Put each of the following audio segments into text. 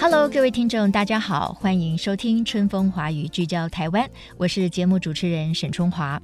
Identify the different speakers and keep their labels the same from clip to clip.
Speaker 1: Hello，各位听众，大家好，欢迎收听《春风华语》，聚焦台湾，我是节目主持人沈春华。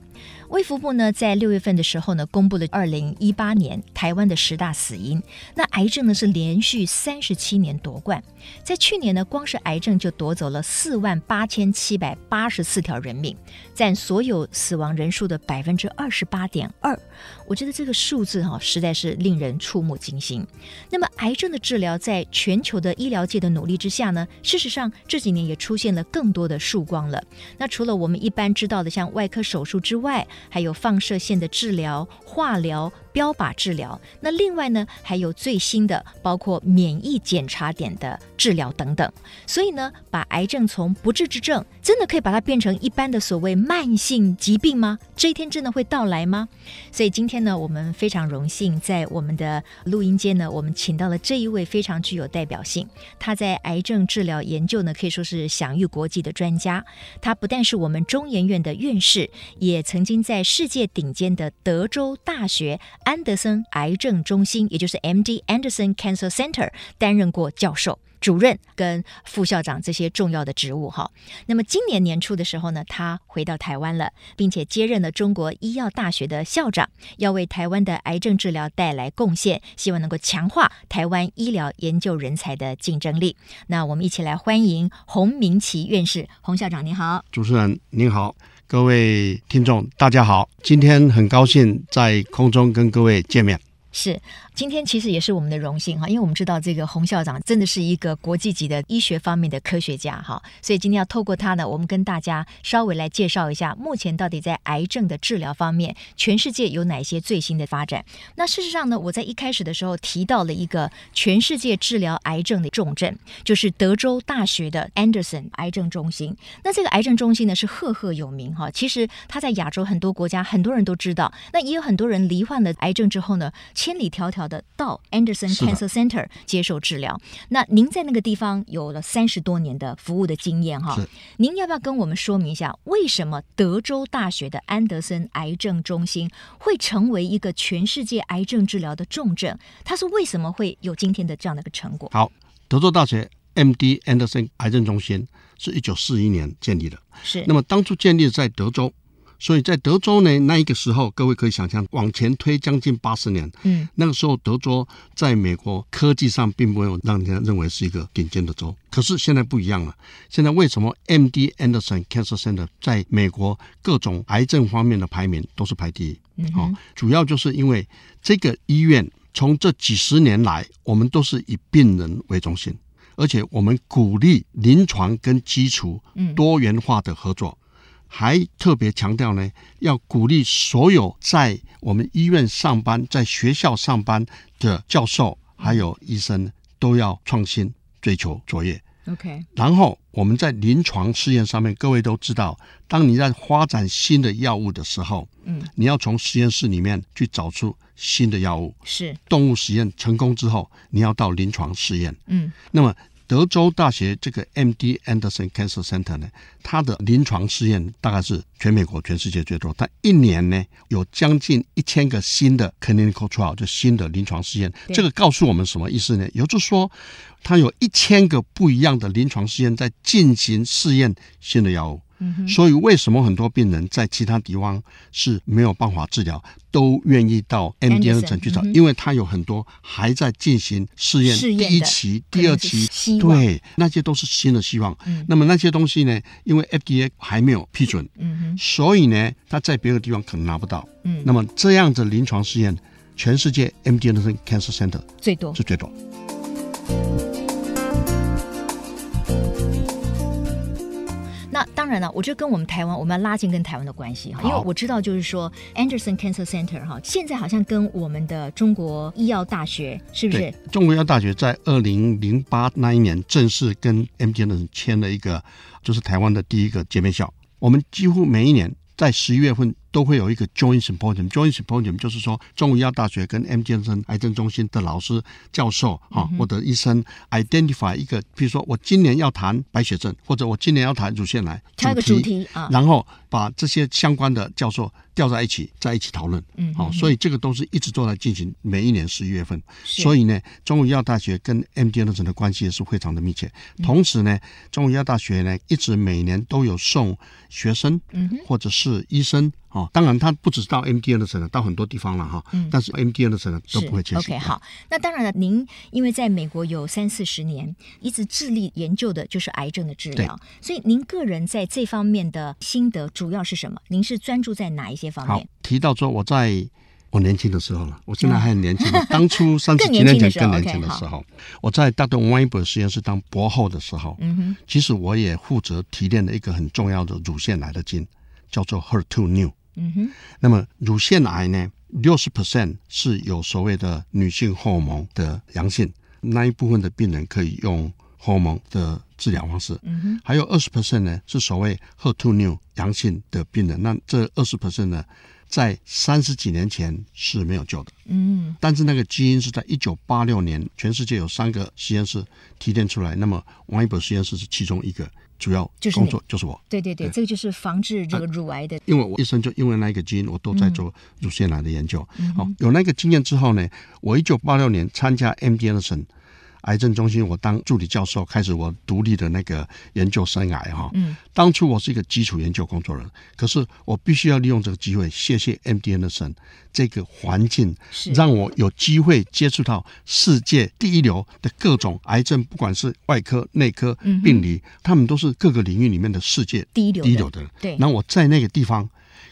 Speaker 1: 卫福部呢，在六月份的时候呢，公布了二零一八年台湾的十大死因。那癌症呢是连续三十七年夺冠，在去年呢，光是癌症就夺走了四万八千七百八十四条人命，占所有死亡人数的百分之二十八点二。我觉得这个数字哈、实在是令人触目惊心。那么，癌症的治疗在全球的医疗界的努力之下呢，事实上这几年也出现了更多的曙光了。那除了我们一般知道的像外科手术之外，还有放射线的治疗、化疗、标靶治疗。那另外呢，还有最新的包括免疫检查点的治疗等等。所以呢，把癌症从不治之症，真的可以把它变成一般的所谓慢性疾病吗？这一天真的会到来吗？所以今天呢，我们非常荣幸在我们的录音间呢，我们请到了这一位非常具有代表性，他在癌症治疗研究呢可以说是享誉国际的专家。他不但是我们中研院的院士，也曾经在世界顶尖的德州大学安德森癌症中心，也就是 MD Anderson Cancer Center 担任过教授。主任跟副校长这些重要的职务哈，那么今年年初的时候呢，他回到台湾了，并且接任了中国医药大学的校长，要为台湾的癌症治疗带来贡献，希望能够强化台湾医疗研究人才的竞争力。那我们一起来欢迎洪明奇院士，洪校长您好。
Speaker 2: 主持人您好，各位听众大家好，今天很高兴在空中跟各位见面。
Speaker 1: 是，今天其实也是我们的荣幸哈，因为我们知道这个洪校长真的是一个国际级的医学方面的科学家哈，所以今天要透过他呢，我们跟大家稍微来介绍一下，目前到底在癌症的治疗方面，全世界有哪些最新的发展。那事实上呢，我在一开始的时候提到了一个全世界治疗癌症的重镇，就是德州大学的 Anderson 癌症中心。那这个癌症中心呢是赫赫有名哈，其实它在亚洲很多国家很多人都知道，那也有很多人罹患了癌症之后呢，千里迢迢的到 Anderson
Speaker 2: 是的
Speaker 1: Cancer Center 接受治疗。那您在那个地方有了三十多年的服务的经验哈
Speaker 2: 是，
Speaker 1: 您要不要跟我们说明一下，为什么德州大学的安德森癌症中心会成为一个全世界癌症治疗的重镇？它是为什么会有今天的这样的一个成果？
Speaker 2: 好，德州大学 MD Anderson 癌症中心是一九四一年建立的，
Speaker 1: 是
Speaker 2: 那么当初建立在德州，所以在德州呢那一个时候，各位可以想象，往前推将近八十年，
Speaker 1: 嗯，
Speaker 2: 那个时候德州在美国科技上并没有让人家认为是一个顶尖的州，可是现在不一样了。现在为什么 MD Anderson Cancer Center 在美国各种癌症方面的排名都是排第一？
Speaker 1: 嗯
Speaker 2: 哦
Speaker 1: 哼，
Speaker 2: 主要就是因为这个医院从这几十年来，我们都是以病人为中心，而且我们鼓励临床跟基础
Speaker 1: 嗯
Speaker 2: 多元化的合作，还特别强调呢，要鼓励所有在我们医院上班、在学校上班的教授还有医生都要创新追求卓越。
Speaker 1: ，OK，
Speaker 2: 然后我们在临床试验上面，各位都知道，当你在发展新的药物的时候，
Speaker 1: 嗯，
Speaker 2: 你要从实验室里面去找出新的药物。
Speaker 1: 是，
Speaker 2: 动物实验成功之后，你要到临床试验。
Speaker 1: 嗯
Speaker 2: 那么，德州大学这个 MD Anderson Cancer Center 呢，它的临床试验大概是全美国、全世界最多。它一年呢有将近一千个新的 clinical trial，就新的临床试验。
Speaker 1: 对
Speaker 2: 这个告诉我们什么意思呢？也就是说，它有一千个不一样的临床试验在进行试验新的药物。
Speaker 1: 嗯哼，
Speaker 2: 所以为什么很多病人在其他地方是没有办法治疗，都愿意到 MD
Speaker 1: Anderson，
Speaker 2: Anderson 去
Speaker 1: 嗯？
Speaker 2: 找
Speaker 1: 哼
Speaker 2: 因为他有很多还在进行试验，
Speaker 1: 试验的
Speaker 2: 第一期、第二期
Speaker 1: 可能是，希望
Speaker 2: 对，那些都是新的希望。
Speaker 1: 嗯
Speaker 2: 那么那些东西呢？因为 FDA 还没有批准，
Speaker 1: 嗯哼，
Speaker 2: 所以呢，他在别的地方可能拿不到。
Speaker 1: 嗯
Speaker 2: 那么这样的临床试验，全世界 MD Anderson Cancer Center
Speaker 1: 最多
Speaker 2: 是最多。
Speaker 1: 那当然了，我觉得跟我们台湾，我们要拉近跟台湾的关系哈，因
Speaker 2: 好
Speaker 1: 为我知道就是说，Anderson Cancer Center 哈，现在好像跟我们的中国医药大学是不
Speaker 2: 对
Speaker 1: 是？，
Speaker 2: 中国医药大学在二零零八那一年正式跟 MD Anderson 签了一个，就是台湾的第一个姐妹校我们几乎每一年在十一月份都会有一个 Joint Symposium。Joint Symposium 就是说，中文医药大学跟 M 健身癌症中心的老师、教授
Speaker 3: 嗯
Speaker 2: 哈、或者医生 identify 一个，比如说我今年要谈白血症，或者我今年要谈乳腺癌，
Speaker 3: 挑一个主题啊
Speaker 2: 然后把这些相关的教授调在一起，在一起讨论。
Speaker 1: 嗯
Speaker 2: 好、所以这个都是一直都在进行，每一年十一月份。
Speaker 3: 是
Speaker 2: 所以呢，中国医药大学跟 MD Anderson 的关系也是非常的密切。
Speaker 1: 嗯
Speaker 2: 同时呢，中国医药大学呢，一直每年都有送学生，
Speaker 1: 嗯
Speaker 2: 或者是医生。哦，当然，他不只是到 MD Anderson 了，到很多地方了哈。但是 MD Anderson 呢
Speaker 1: 嗯是
Speaker 2: 都不会缺席。
Speaker 1: OK，好，那当然了，您因为在美国有三四十年，一直致力研究的就是癌症的治疗，所以您个人在这方面的心得主要是什么？您是专注在哪一些方
Speaker 2: 好
Speaker 1: 面？，
Speaker 2: 提到说我在我年轻的时候了，我现在还很年 轻，当初三十几年前更年轻的时候，我在大东 Weinberg 实验室当博后的时候，嗯哼，其实我也负责提炼了一个很重要的乳腺癌的基因，叫做 HER2 new。
Speaker 1: 嗯哼，
Speaker 2: 那么乳腺癌呢，六十 percent 是有所谓的女性荷尔蒙的阳性，那一部分的病人可以用荷尔蒙的治疗方式。
Speaker 1: 嗯哼，
Speaker 2: 还有二十 percent 呢是所谓 HER2 new 阳性的病人，那这二十 percent 呢，在三十几年前是没有救的。
Speaker 1: 嗯
Speaker 2: 但是那个基因是在一九八六年，全世界有三个实验室提炼出来，那么王一博实验室是其中一个，主要
Speaker 1: 就是
Speaker 2: 工
Speaker 1: 你
Speaker 2: 作就是我。
Speaker 1: 对对对，这个就是防治
Speaker 2: 呃
Speaker 1: 这个乳癌的，
Speaker 2: 因为我一生就因为那一个基因，我都在
Speaker 1: 嗯
Speaker 2: 做乳腺癌的研究。哦，有那个经验之后呢，我一九八六年参加 MD Anderson 癌症中心，我当助理教授，开始我独立的那个研究生涯哈。
Speaker 1: 嗯，
Speaker 2: 当初我是一个基础研究工作人，可是我必须要利用这个机会，谢谢 MD Anderson 这个环境，
Speaker 1: 是
Speaker 2: 让我有机会接触到世界第一流的各种癌症，不管是外科、内科、
Speaker 1: 嗯
Speaker 2: 病理，他们都是各个领域里面的世界
Speaker 1: 第一流的
Speaker 2: 第一流的人。
Speaker 1: 对
Speaker 2: 那我在那个地方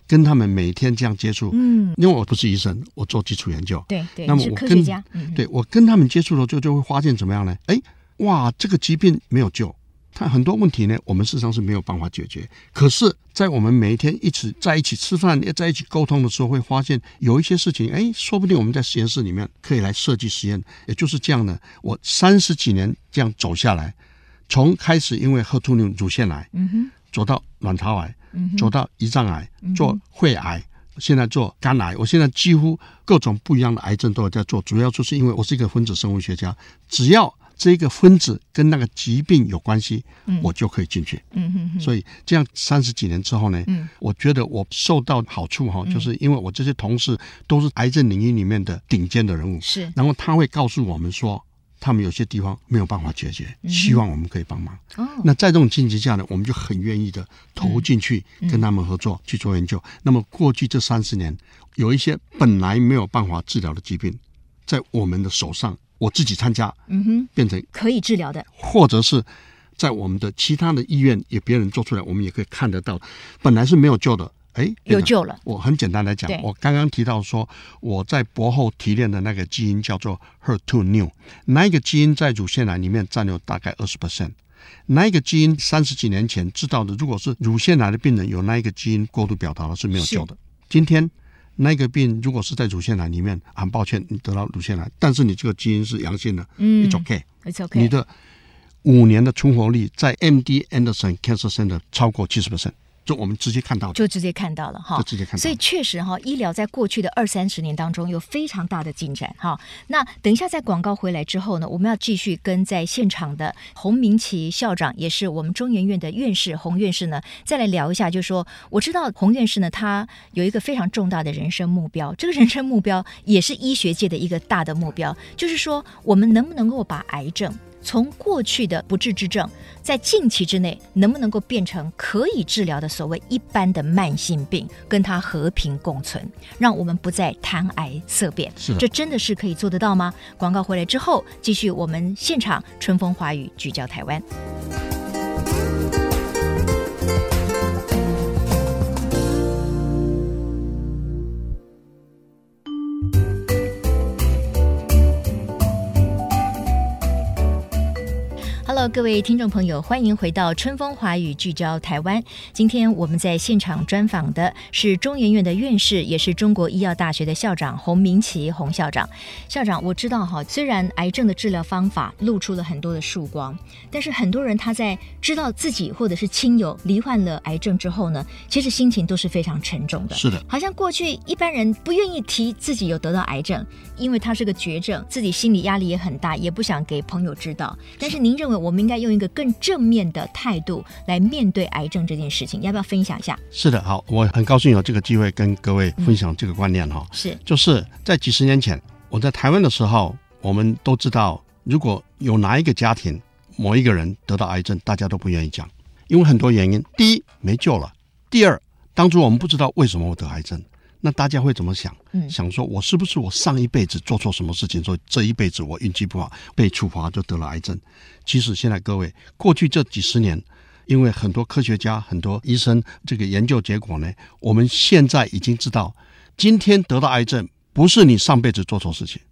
Speaker 2: 跟他们每天这样接触，
Speaker 1: 嗯，
Speaker 2: 因为我不是医生，我做基础研究，
Speaker 1: 对对，
Speaker 2: 那
Speaker 1: 你是
Speaker 2: 么我
Speaker 1: 科
Speaker 2: 跟
Speaker 1: 学家，嗯，
Speaker 2: 对我跟他们接触了就就会发现怎么样呢？哎，哇，这个疾病没有救，它很多问题呢，我们事实上是没有办法解决。可是，在我们每一天一起在一起吃饭、在一起沟通的时候，会发现有一些事情，哎，说不定我们在实验室里面可以来设计实验。也就是这样呢，我三十几年这样走下来，从开始因为喝兔牛乳腺癌，
Speaker 1: 嗯哼，
Speaker 2: 走到卵巢癌，
Speaker 1: 嗯哼，嗯
Speaker 2: 走到胰脏癌，做肺癌，现在做肝癌。我现在几乎各种不一样的癌症都有在做，主要就是因为我是一个分子生物学家，只要这个分子跟那个疾病有关系，我就可以进去。
Speaker 1: 嗯哼哼，
Speaker 2: 所以这样三十几年之后呢，
Speaker 1: 嗯
Speaker 2: 我觉得我受到好处哈，就是因为我这些同事都是癌症领域里面的顶尖的人物，
Speaker 1: 是
Speaker 2: 然后他会告诉我们说。他们有些地方没有办法解决，
Speaker 1: 嗯
Speaker 2: 希望我们可以帮忙。
Speaker 1: 哦，
Speaker 2: 那在这种情形下呢，我们就很愿意的投进去，跟他们合作、去做研究。那么过去这三十年，有一些本来没有办法治疗的疾病，在我们的手上，我自己参加
Speaker 1: 嗯哼，
Speaker 2: 变成，
Speaker 1: 可以治疗的，
Speaker 2: 或者是在我们的其他的医院也别人做出来，我们也可以看得到，本来是没有救的，哎，
Speaker 1: 有
Speaker 2: 变成
Speaker 1: 救了，
Speaker 2: 我很简单来讲
Speaker 1: 对，
Speaker 2: 我刚刚提到说，我在博后提炼的那个基因叫做 HER2 new，那一个基因在乳腺癌里面占有大概二十 percent。那一个基因三十几年前知道的，如果是乳腺癌的病人有那一个基因过度表达了是没有救的。今天那个病如果是在乳腺癌里面，很抱歉你得到乳腺癌，但是你这个基因是阳性的，
Speaker 1: 嗯
Speaker 2: it's OK，
Speaker 1: ，It's
Speaker 2: 你
Speaker 1: OK，
Speaker 2: 的五年的存活率在 MD Anderson Cancer Center 超过七十 percent，这我们直接看到的。
Speaker 1: 就直接看到了哈，
Speaker 2: 就直接看到了
Speaker 1: 所以确实哈，医疗在过去的二三十年当中有非常大的进展哈。那等一下在广告回来之后呢，我们要继续跟在现场的洪明奇校长，也是我们中研院的院士洪院士呢，再来聊一下，就是说我知道洪院士呢，他有一个非常重大的人生目标，这个人生目标也是医学界的一个大的目标，就是说我们能不能够把癌症。从过去的不治之症，在近期之内能不能够变成可以治疗的所谓一般的慢性病，跟它和平共存，让我们不再谈癌色变？
Speaker 2: 是的
Speaker 1: 这真的是可以做得到吗？广告回来之后，继续我们现场春风华语聚焦台湾。Hello，各位听众朋友，欢迎回到《春风华语》，聚焦台湾。今天我们在现场专访的是中研院的院士，也是中国医药大学的校长洪明奇洪校长。校长，我知道哈，虽然癌症的治疗方法露出了很多的曙光，但是很多人他在知道自己或者是亲友罹患了癌症之后呢，其实心情都是非常沉重的。
Speaker 2: 是的，
Speaker 1: 好像过去一般人不愿意提自己有得到癌症，因为它是个绝症，自己心理压力也很大，也不想给朋友知道。但是您认为我们应该用一个更正面的态度来面对癌症这件事情，要不要分享一下？
Speaker 2: 是的。好，我很高兴有这个机会跟各位分享这个观念哈、
Speaker 1: 是
Speaker 2: 就是在几十年前，我在台湾的时候，我们都知道，如果有哪一个家庭某一个人得到癌症，大家都不愿意讲，因为很多原因：第一，没救了；第二，当初我们不知道为什么我得癌症，那大家会怎么想？
Speaker 1: 嗯
Speaker 2: 想说我是不是我上一辈子做错什么事情，所以这一辈子我运气不好，被处罚就得了癌症？其实现在各位，过去这几十年。因为很多科学家、很多医生这个研究结果呢，我们现在已经知道，今天得到癌症不是你上辈子做错事情，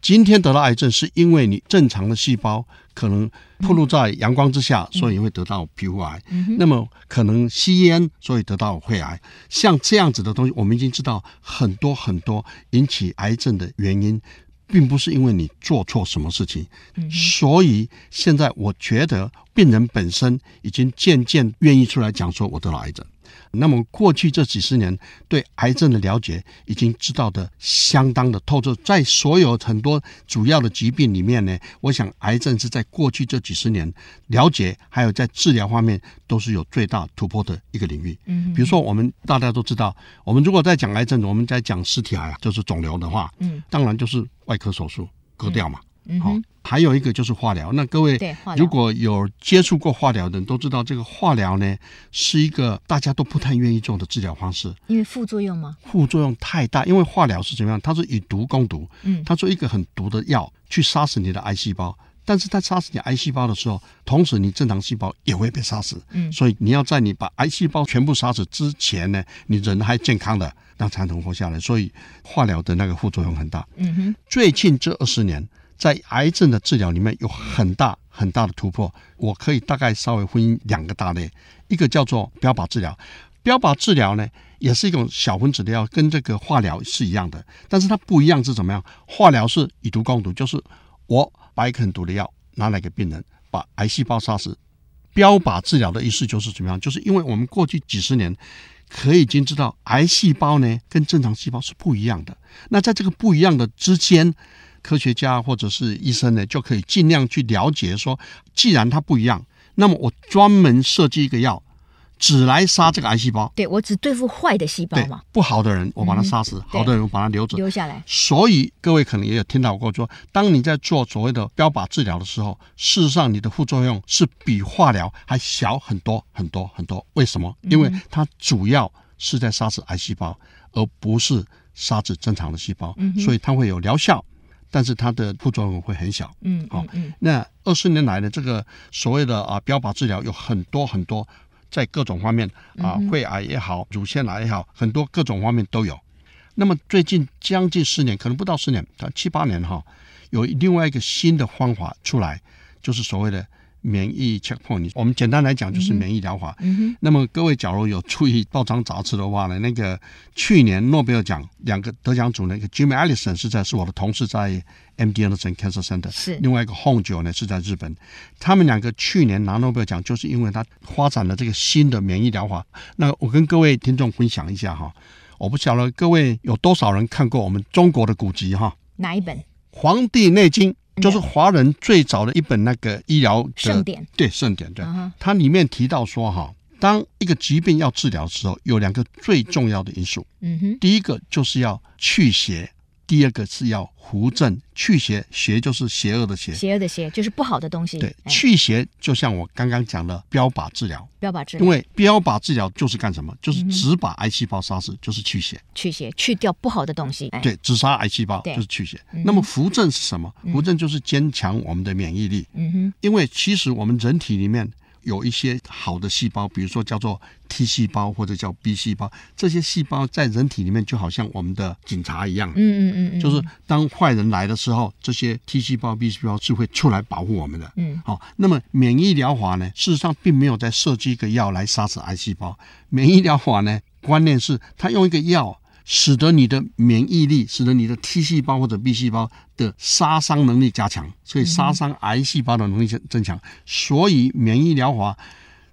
Speaker 2: 今天得到癌症是因为你正常的细胞可能暴露在阳光之下，所以会得到皮肤癌。那么可能吸烟，所以得到肺癌。像这样子的东西，我们已经知道很多很多引起癌症的原因。并不是因为你做错什么事情，所以现在我觉得病人本身已经渐渐愿意出来讲说我得了癌症。那么过去这几十年对癌症的了解已经知道的相当的透彻，在所有很多主要的疾病里面呢，我想癌症是在过去这几十年了解还有在治疗方面都是有最大突破的一个领域。嗯，比如说我们大家都知道，我们如果在讲癌症，我们在讲尸体癌啊，就是肿瘤的话，
Speaker 1: 嗯，
Speaker 2: 当然就是外科手术割掉嘛。
Speaker 1: 嗯
Speaker 2: 好、
Speaker 1: 哼，
Speaker 2: 还有一个就是化疗。那各位
Speaker 1: 对化疗
Speaker 2: 如果有接触过化疗的人都知道，这个化疗呢是一个大家都不太愿意做的治疗方式，
Speaker 1: 因为副作用吗？
Speaker 2: 副作用太大。因为化疗是怎么样？它是以毒攻毒，
Speaker 1: 嗯
Speaker 2: 它做一个很毒的药去杀死你的癌细胞。但是它杀死你癌细胞的时候，同时你正常细胞也会被杀死，
Speaker 1: 嗯
Speaker 2: 所以你要在你把癌细胞全部杀死之前呢，你人还健康的，那才能活下来。所以化疗的那个副作用很大。
Speaker 1: 嗯哼，
Speaker 2: 最近这二十年，在癌症的治疗里面有很大很大的突破。我可以大概稍微分两个大类，一个叫做标靶治疗。标靶治疗呢，也是一种小分子的药，跟这个化疗是一样的，但是它不一样是怎么样？化疗是以毒攻毒，就是我把一个很毒的药拿来给病人，把癌细胞杀死。标靶治疗的意思就是怎么样？就是因为我们过去几十年可以已经知道，癌细胞呢跟正常细胞是不一样的。那在这个不一样的之间，科学家或者是医生呢，就可以尽量去了解说，既然它不一样，那么我专门设计一个药，只来杀这个癌细胞。
Speaker 1: 对我只对付坏的细胞
Speaker 2: 对
Speaker 1: 嘛，，
Speaker 2: 不好的人我把它杀死，
Speaker 1: 对
Speaker 2: 好的人我把它留着。
Speaker 1: 留下来。
Speaker 2: 所以各位可能也有听到过说，当你在做所谓的标靶治疗的时候，事实上你的副作用是比化疗还小很多很多很多。为什么？因为它主要是在杀死癌细胞，而不是杀死正常的细胞，所以它会有疗效，但是它的副作用会很小。
Speaker 1: 嗯，
Speaker 2: 好
Speaker 1: 嗯嗯
Speaker 2: 那二十年来的这个所谓的啊标靶治疗有很多很多，在各种方面啊，肺癌也好，乳腺癌也好，很多各种方面都有。那么最近将近十年，可能不到十年，它七八年哈，有另外一个新的方法出来，就是所谓的免疫 checkpoint。我们简单来讲就是免疫疗法。
Speaker 1: 嗯
Speaker 2: 那么各位假如有注意报章杂志的话呢，那个去年诺贝尔奖两个得奖组呢，一个 Jimmy Allison 是在是我的同事在 MD Anderson Cancer Center，
Speaker 1: 是
Speaker 2: 另外一个 Hong 九呢是在日本，他们两个去年拿诺贝尔奖，就是因为他发展了这个新的免疫疗法。那我跟各位听众分享一下哈，我不晓得各位有多少人看过我们中国的古籍哈，
Speaker 1: 哪一本？
Speaker 2: 《黄帝内经》就是华人最早的一本那个医疗的
Speaker 1: 盛典，
Speaker 2: 对盛典，对、
Speaker 1: 嗯哼
Speaker 2: 它里面提到说哈，当一个疾病要治疗的时候，有两个最重要的因素，
Speaker 1: 嗯哼，
Speaker 2: 第一个就是要去邪，第二个是要扶正。去邪，邪就是邪恶的邪，
Speaker 1: 邪恶的邪就是不好的东西。
Speaker 2: 对，
Speaker 1: 哎
Speaker 2: 去邪就像我刚刚讲的标靶治疗，
Speaker 1: 标靶治
Speaker 2: 因
Speaker 1: 疗，
Speaker 2: 为标靶治疗就是干什么？
Speaker 1: 嗯
Speaker 2: 就是只把癌细胞杀死，就是去邪。
Speaker 1: 去邪，去掉不好的东西。哎，
Speaker 2: 对，只杀癌细胞
Speaker 1: 对嗯
Speaker 2: 就是去邪。那么扶正是什么？扶正就是坚强我们的免疫力，
Speaker 1: 嗯哼，
Speaker 2: 因为其实我们人体里面有一些好的细胞，比如说叫做 T 细胞或者叫 B 细胞，这些细胞在人体里面就好像我们的警察一样，
Speaker 1: 嗯嗯嗯嗯，
Speaker 2: 就是当坏人来的时候，这些 T 细胞、B 细胞是会出来保护我们的。
Speaker 1: 嗯，
Speaker 2: 好、那么免疫疗法呢，事实上并没有在设计一个药来杀死癌细胞。免疫疗法呢，观念是它用一个药，使得你的免疫力，使得你的 T 细胞或者 B 细胞的杀伤能力加强，所以杀伤癌细胞的能力增增
Speaker 1: 嗯
Speaker 2: 强。嗯所以免疫疗法，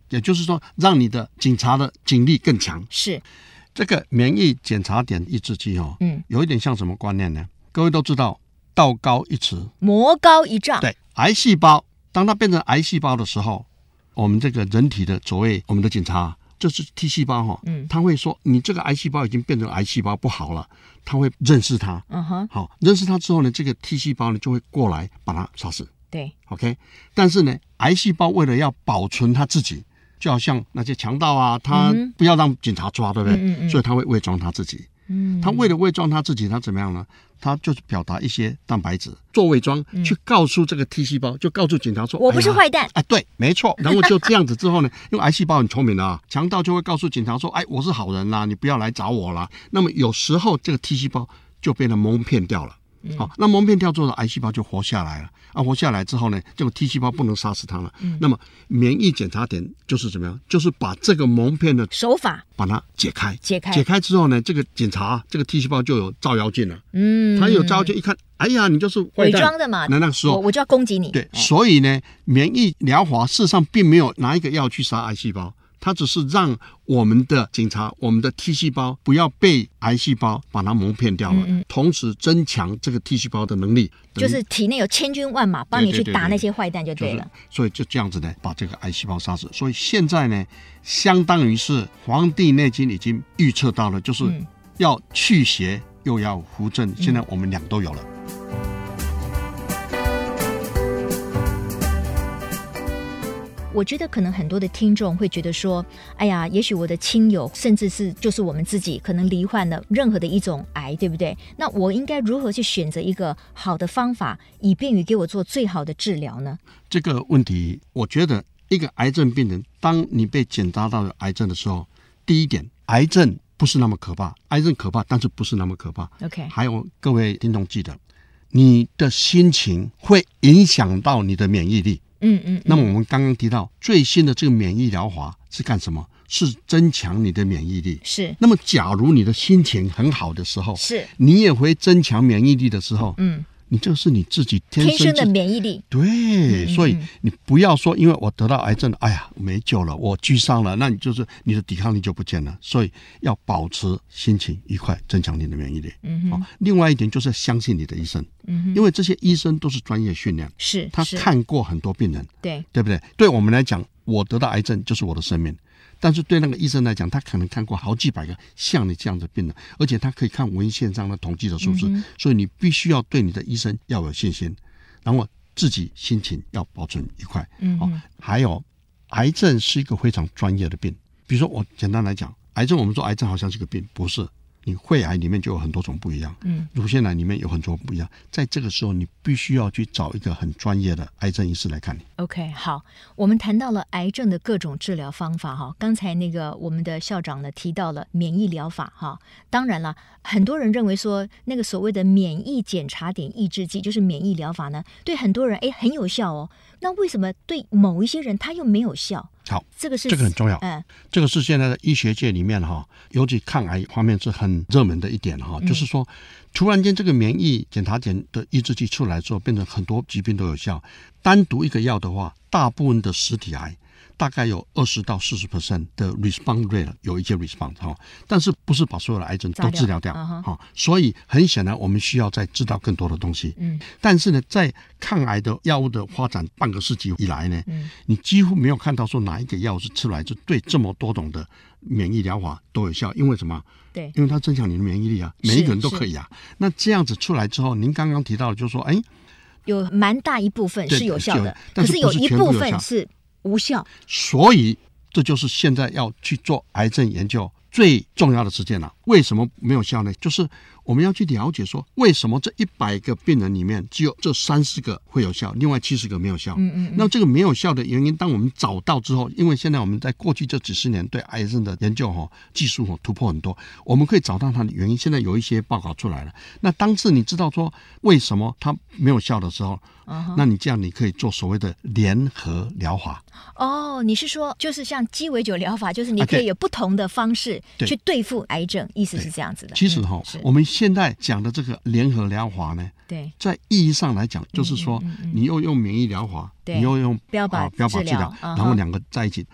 Speaker 2: 也就是说，让你的警察的警力更强。
Speaker 1: 是
Speaker 2: 这个免疫检查点抑制剂哦，
Speaker 1: 嗯，
Speaker 2: 有一点像什么观念呢？各位都知道，道高一尺，
Speaker 1: 魔高一丈，
Speaker 2: 对，癌细胞，当它变成癌细胞的时候，我们这个人体的所谓我们的警察，这是 T 细胞哈、哦，
Speaker 1: 嗯
Speaker 2: 它会说你这个癌细胞已经变成癌细胞不好了，它会认识它，
Speaker 1: 嗯哼，
Speaker 2: 好，认识它之后呢，这个 T 细胞呢就会过来把它杀死。
Speaker 1: 对，
Speaker 2: OK，但是呢，癌细胞为了要保存它自己，就好像那些强盗啊，他
Speaker 1: 嗯哼
Speaker 2: 不要让警察抓，对不对？
Speaker 1: 嗯嗯嗯
Speaker 2: 所以他会伪装他自己。
Speaker 1: 嗯，
Speaker 2: 他为了伪装他自己，他怎么样呢？他就是表达一些蛋白质做伪装，去告诉这个 T 细胞，就告诉警察说：“
Speaker 1: 嗯我不是
Speaker 2: 哎呀
Speaker 1: 坏蛋，
Speaker 2: 哎，对，没错。然后就这样子之后呢，因为癌细胞很聪明的啊，强盗就会告诉警察说：“哎，我是好人啦，你不要来找我啦。”那么有时候这个 T 细胞就被他蒙骗掉了。
Speaker 1: 嗯
Speaker 2: 好、那蒙骗掉之后，癌细胞就活下来了。啊，活下来之后呢，这个 T 细胞不能杀死它了。
Speaker 1: 嗯
Speaker 2: 那么免疫检查点就是怎么样？就是把这个蒙骗的
Speaker 1: 手法，
Speaker 2: 把它解开。
Speaker 1: 解开
Speaker 2: 解开之后呢，这个警察这个 T 细胞就有照妖镜了。
Speaker 1: 嗯，
Speaker 2: 他有照妖镜一看，哎呀，你就是坏
Speaker 1: 伪
Speaker 2: 蛋
Speaker 1: 装的嘛，
Speaker 2: 那那个时候
Speaker 1: 我我就要攻击你，
Speaker 2: 对，
Speaker 1: 哎
Speaker 2: 所以呢，免疫疗法事实上并没有拿一个药去杀癌细胞，它只是让我们的警察、我们的 T 细胞不要被癌细胞把它蒙骗掉了，同时增强这个 T 细胞的能力，
Speaker 1: 嗯
Speaker 2: 等于
Speaker 1: 就是体内有千军万马帮你去
Speaker 2: 对对对
Speaker 1: 打
Speaker 2: 对
Speaker 1: 那些坏蛋就
Speaker 2: 就
Speaker 1: 对
Speaker 2: 是
Speaker 1: 了，，
Speaker 2: 所以就这样子呢，把这个癌细胞杀死。所以现在呢，相当于是《黄帝内经》已经预测到了，就是
Speaker 1: 嗯
Speaker 2: 要去邪又要扶正，现在我们俩都有了。
Speaker 1: 我觉得可能很多的听众会觉得说，哎呀，也许我的亲友，甚至是就是我们自己，可能罹患了任何的一种癌，对不对？那我应该如何去选择一个好的方法，以便于给我做最好的治疗呢？
Speaker 2: 这个问题，我觉得一个癌症病人，当你被检查到有癌症的时候，第一点，癌症不是那么可怕，癌症可怕，但是不是那么可怕。
Speaker 1: OK
Speaker 2: 还有各位听众记得，你的心情会影响到你的免疫力。
Speaker 1: 嗯嗯，
Speaker 2: 那么我们刚刚提到最新的这个免疫疗法是干什么？是增强你的免疫力。
Speaker 1: 是
Speaker 2: 那么，假如你的心情很好的时候，
Speaker 1: 是，
Speaker 2: 你也会增强免疫力的时候，
Speaker 1: 嗯，
Speaker 2: 你这是你自己天
Speaker 1: 天
Speaker 2: 生
Speaker 1: 生的
Speaker 2: 自
Speaker 1: 免疫力，
Speaker 2: 对，所以你不要说，因为我得到癌症了，哎呀，没救了，我居上了，那你就是你的抵抗力就不见了。所以要保持心情愉快，增强你的免疫力。嗯、哦，另外一点就是相信你的医生，嗯、因为这些医生都是专业训练，
Speaker 1: 是
Speaker 2: 他
Speaker 1: 是，
Speaker 2: 看过很多病人，
Speaker 1: 对，
Speaker 2: 对不对？对我们来讲，我得到癌症就是我的生命，但是对那个医生来讲，他可能看过好几百个像你这样的病人，而且他可以看文献上的统计的数字，
Speaker 1: 嗯
Speaker 2: 所以你必须要对你的医生要有信心，然后自己心情要保存愉快。
Speaker 1: 嗯
Speaker 2: 哦，还有，癌症是一个非常专业的病。比如说，我简单来讲，癌症我们说癌症好像是个病，不是。你肺癌里面就有很多种不一样，
Speaker 1: 嗯，
Speaker 2: 乳腺癌里面有很多不一样。在这个时候，你必须要去找一个很专业的癌症医师来看你。
Speaker 1: OK，好，我们谈到了癌症的各种治疗方法哈。刚才那个我们的校长呢提到了免疫疗法哈。当然了，很多人认为说那个所谓的免疫检查点抑制剂就是免疫疗法呢，对很多人哎很有效哦。那为什么对某一些人他又没有效？
Speaker 2: 好，
Speaker 1: 这个是
Speaker 2: 这个很重要
Speaker 1: 嗯
Speaker 2: 这个是现在的医学界里面哈，尤其抗癌方面是很热门的一点哈，就是说，突然间这个免疫检查点的抑制剂出来之后，变成很多疾病都有效。单独一个药的话，大部分的实体癌大概有二十到四十 percent 的 response rate 有一些 response 哈，但是不是把所有的癌症都治疗掉
Speaker 1: 炸掉嗯
Speaker 2: 哈
Speaker 1: 哼、
Speaker 2: 所以很显然我们需要再知道更多的东西。
Speaker 1: 嗯，
Speaker 2: 但是呢，在抗癌的药物的发展半个世纪以来呢，
Speaker 1: 嗯
Speaker 2: 你几乎没有看到说哪一个药是吃来就对这么多种的免疫疗法都有效，因为什么？
Speaker 1: 对，
Speaker 2: 因为它增强你的免疫力啊，
Speaker 1: 是
Speaker 2: 每一个人都可以啊。那这样子出来之后，您刚刚提到的就是说，哎，
Speaker 1: 有蛮大一部分
Speaker 2: 对
Speaker 1: 是有效的，
Speaker 2: 但是
Speaker 1: 可是有
Speaker 2: 不是
Speaker 1: 一
Speaker 2: 全部
Speaker 1: 部
Speaker 2: 有
Speaker 1: 分
Speaker 2: 效
Speaker 1: 是无效。
Speaker 2: 所以这就是现在要去做癌症研究最重要的事件了。为什么没有效呢？就是我们要去了解说，为什么这一百个病人里面只有这三十个会有效，另外七十个没有效？
Speaker 1: 嗯嗯嗯
Speaker 2: 那这个没有效的原因，当我们找到之后，因为现在我们在过去这几十年对癌症的研究哈、哦、技术哦突破很多，我们可以找到它的原因。现在有一些报告出来了。那当时你知道说为什么它没有效的时候，
Speaker 1: 嗯哼
Speaker 2: 那你这样你可以做所谓的联合疗法。
Speaker 1: 哦，你是说就是像鸡尾酒疗法，就是你
Speaker 2: 啊
Speaker 1: 可
Speaker 2: 对
Speaker 1: 以有不同的方式
Speaker 2: 对
Speaker 1: 去对付癌症，意思是这样子的。
Speaker 2: 其实
Speaker 1: 嗯
Speaker 2: 哈、
Speaker 1: 是
Speaker 2: 我们现在讲的这个联合疗法呢，
Speaker 1: 对，
Speaker 2: 在意义上来讲，就是说
Speaker 1: 嗯嗯
Speaker 2: 你又用免疫疗法，
Speaker 1: 对
Speaker 2: 你又用
Speaker 1: 标靶
Speaker 2: 啊标靶
Speaker 1: 治
Speaker 2: 治
Speaker 1: 疗
Speaker 2: 疗，
Speaker 1: 嗯哼
Speaker 2: 然后两个在一起。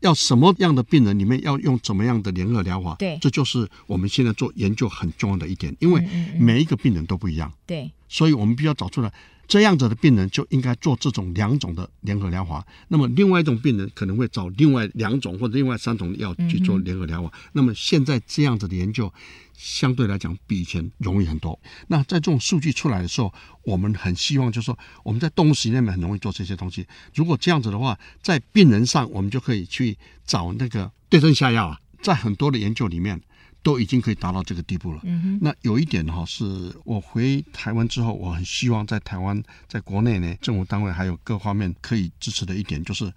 Speaker 2: 要什么样的病人里面要用怎么样的联合疗法？
Speaker 1: 对
Speaker 2: 这就是我们现在做研究很重要的一点，因为
Speaker 1: 嗯嗯嗯
Speaker 2: 每一个病人都不一样，
Speaker 1: 对，
Speaker 2: 所以我们必须要找出来这样子的病人就应该做这种两种的联合疗法。那么另外一种病人可能会找另外两种或者另外三种的药去做联合疗法。那么现在这样子的研究相对来讲比以前容易很多。那在这种数据出来的时候，我们很希望就是说我们在动物实验里面很容易做这些东西。如果这样子的话，在病人上我们就可以去找那个对症下药啊，在很多的研究里面都已经可以达到这个地步了。
Speaker 1: 嗯哼，
Speaker 2: 那有一点哈、是我回台湾之后，我很希望在台湾，在国内呢，政府单位还有各方面可以支持的一点，就是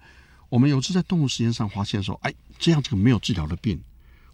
Speaker 2: 我们有次在动物实验上发现说，哎，这样这个没有治疗的病，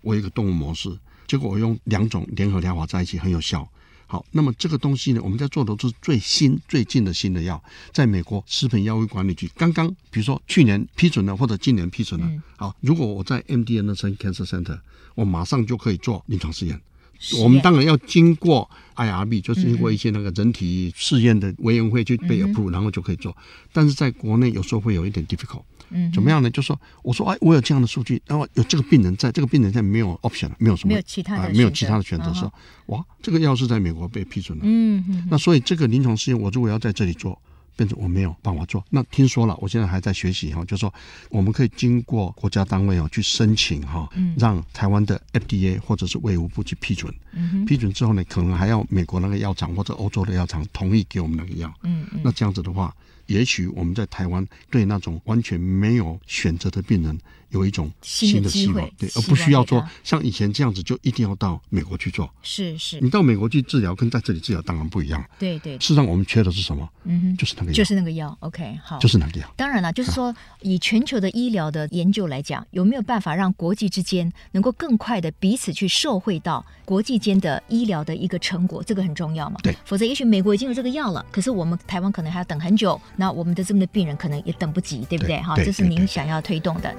Speaker 2: 我有一个动物模式，结果我用两种联合疗法在一起很有效。好，那么这个东西呢，我们在做的都是最新、最近的新的药，在美国食品药物管理局刚刚，比如说去年批准了或者今年批准了。
Speaker 1: 嗯
Speaker 2: 好，如果我在 MD Anderson Cancer Center，我马上就可以做临床试验。
Speaker 1: 实
Speaker 2: 我们
Speaker 1: 验
Speaker 2: 当然要经过 IRB，就是经过一些那个人体试验的委员会去被
Speaker 1: 嗯
Speaker 2: approve，、然后就可以做。但是在国内有时候会有一点 difficult，
Speaker 1: 嗯哼
Speaker 2: 怎么样呢？就说我说哎，我有这样的数据，然后有这个病人在，这个病人在没有 option，没有什么
Speaker 1: 没有其他的
Speaker 2: 啊
Speaker 1: 选择
Speaker 2: 没有其他的选择的时
Speaker 1: 嗯
Speaker 2: 候，哇，这个药是在美国被批准了。
Speaker 1: 嗯哼
Speaker 2: 那所以这个临床试验，我如果要在这里做，变成我没有办法做。那听说了，我现在还在学习哈，就说我们可以经过国家单位哦去申请哈，
Speaker 1: 嗯
Speaker 2: 让台湾的 FDA 或者是卫务部去批准。
Speaker 1: 嗯
Speaker 2: 批准之后呢，可能还要美国那个药厂或者欧洲的药厂同意给我们那个药。
Speaker 1: 嗯嗯
Speaker 2: 那这样子的话，也许我们在台湾对那种完全没有选择的病人有一种
Speaker 1: 新的
Speaker 2: 新的
Speaker 1: 机
Speaker 2: 希
Speaker 1: 会
Speaker 2: 望，对，
Speaker 1: 希
Speaker 2: 而
Speaker 1: 望
Speaker 2: 不需要
Speaker 1: 给他
Speaker 2: 说像以前这样子就一定要到美国去做。
Speaker 1: 是是
Speaker 2: 你，到美国去治疗跟在这里治疗当然不一样。
Speaker 1: 对对，
Speaker 2: 事实上，我们缺的是什么？
Speaker 1: 嗯哼，
Speaker 2: 就是那个药，
Speaker 1: 就是那哦个药，OK，好，
Speaker 2: 就是那个药。
Speaker 1: 当然了，
Speaker 2: 啊
Speaker 1: 就是说，以全球的医疗的研究来讲，有没有办法让国际之间能够更快的彼此去受惠到国际间的医疗的一个成果，这个很重要嘛？
Speaker 2: 对
Speaker 1: 否则也许美国已经有这个药了，可是我们台湾可能还要等很久，那我们的这么的病人可能也等不及，对不对？
Speaker 2: 对
Speaker 1: 哈，
Speaker 2: 对
Speaker 1: 这是
Speaker 2: 对
Speaker 1: 您
Speaker 2: 对
Speaker 1: 想要推动的。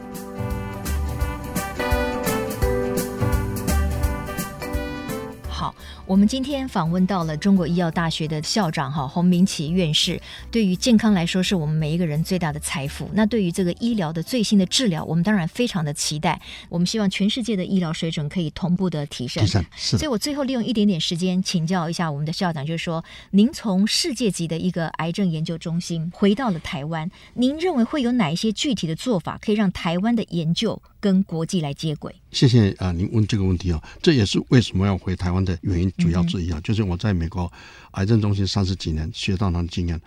Speaker 1: 好，我们今天访问到了中国医药大学的校长哈洪明启院士。对于健康来说，是我们每一个人最大的财富。那对于这个医疗的最新的治疗，我们当然非常的期待。我们希望全世界的医疗水准可以同步的提升
Speaker 2: 第。三是
Speaker 1: 所以
Speaker 2: 的，
Speaker 1: 我最后利用一点点时间请教一下我们的校长，就是说，您从世界级的一个癌症研究中心回到了台湾，您认为会有哪一些具体的做法可以让台湾的研究跟国际来接轨？
Speaker 2: 谢谢啊、呃您问这个问题哦，这也是为什么要回台湾的原因主要之一啊，就是我在美国癌症中心三十几年学到他的经验，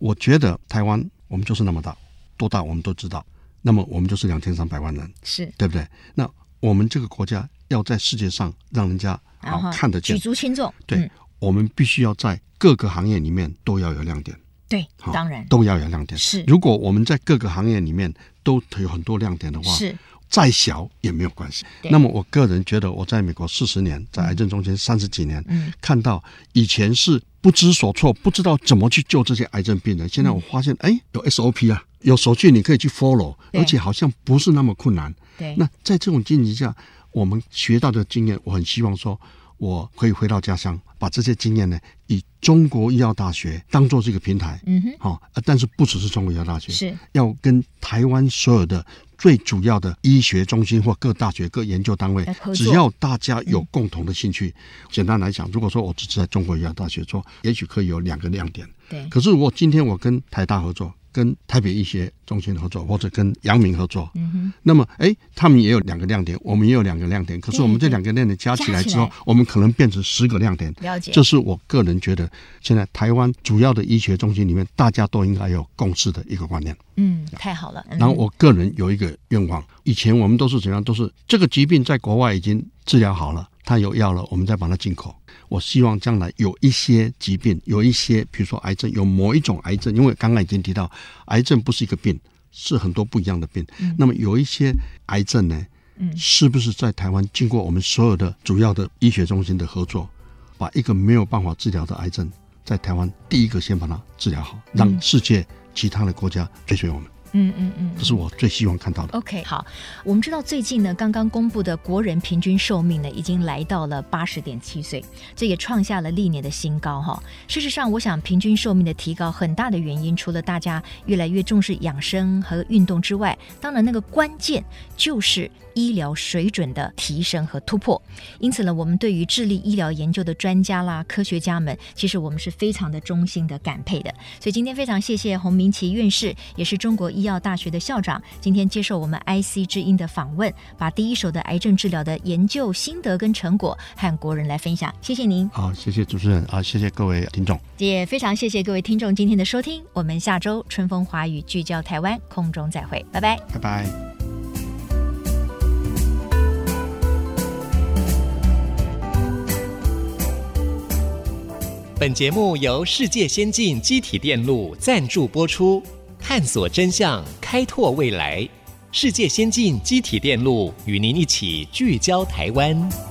Speaker 2: 我觉得台湾我们就是那么大，多大我们都知道，那么我们就是两千三百万人，
Speaker 1: 是
Speaker 2: 对不对？那我们这个国家要在世界上让人家啊、
Speaker 1: 然后
Speaker 2: 看得见
Speaker 1: 举，足轻重。
Speaker 2: 对、
Speaker 1: 嗯
Speaker 2: 我们必须要在各个行业里面都要有亮点。
Speaker 1: 对，
Speaker 2: 好
Speaker 1: 当然
Speaker 2: 都要有亮点。
Speaker 1: 是
Speaker 2: 如果我们在各个行业里面都有很多亮点的话，
Speaker 1: 是
Speaker 2: 再小也没有关系。
Speaker 1: 对
Speaker 2: 那么我个人觉得，我在美国四十年，在癌症中间三十几年，
Speaker 1: 嗯
Speaker 2: 看到以前是不知所措，不知道怎么去救这些癌症病
Speaker 1: 嗯
Speaker 2: 人，现在我发现，哎，有 SOP 啊，有手续你可以去 follow，
Speaker 1: 对
Speaker 2: 而且好像不是那么困难。
Speaker 1: 对。
Speaker 2: 那在这种经济下，我们学到的经验，我很希望说，我可以回到家乡，把这些经验呢，以中国医药大学当做这个平台，
Speaker 1: 嗯哼，
Speaker 2: 好、呃但是不只是中国医药大学，
Speaker 1: 是
Speaker 2: 要跟台湾所有的最主要的医学中心或各大学、各研究单位
Speaker 1: 要合作，嗯
Speaker 2: 只要大家有共同的兴趣，简单来讲，如果说我只是在中国医药大学做，也许可以有两个亮点。
Speaker 1: 对，
Speaker 2: 可是我今天我跟台大合作，跟台北医学中心合作，或者跟阳明合作，
Speaker 1: 嗯哼，
Speaker 2: 那么，哎，他们也有两个亮点，我们也有两个亮点。可是我们这两个亮点加起来之后，
Speaker 1: 加起
Speaker 2: 我们可能变成十个亮点。
Speaker 1: 了解。
Speaker 2: 这是我个人觉得，现在台湾主要的医学中心里面，大家都应该有共识的一个观念。
Speaker 1: 嗯，太好了。嗯
Speaker 2: 然后我个人有一个愿望，以前我们都是怎样，都是这个疾病在国外已经治疗好了，它有药了，我们再把它进口。我希望将来有一些疾病，有一些，比如说癌症，有某一种癌症，因为刚刚已经提到，癌症不是一个病，是很多不一样的病。那么有一些癌症呢，
Speaker 1: 嗯
Speaker 2: 是不是在台湾经过我们所有的主要的医学中心的合作，把一个没有办法治疗的癌症，在台湾第一个先把它治疗好，让世界其他的国家追随我们，
Speaker 1: 嗯嗯嗯
Speaker 2: 这是我最希望看到的。
Speaker 1: OK，好，我们知道最近呢，刚刚公布的国人平均寿命呢，已经来到了八十点七岁，这也创下了历年的新高哈、事实上，我想平均寿命的提高，很大的原因除了大家越来越重视养生和运动之外，当然那个关键就是医疗水准的提升和突破。因此呢，我们对于智力医疗研究的专家啦、科学家们，其实我们是非常的衷心的感佩的。所以今天非常谢谢洪明奇院士，也是中国医药大学的校长，今天接受我们 IC 之音的访问，把第一手的癌症治疗的研究心得跟成果和国人来分享。谢谢您，
Speaker 2: 好，谢谢主持人啊，谢谢各位听众。
Speaker 1: 也非常谢谢各位听众今天的收听。我们下周春风华语聚焦台湾空中再会，拜拜。
Speaker 2: 拜拜。
Speaker 4: 本节目由世界先进机体电路赞助播出，探索真相，开拓未来。世界先进机体电路与您一起聚焦台湾。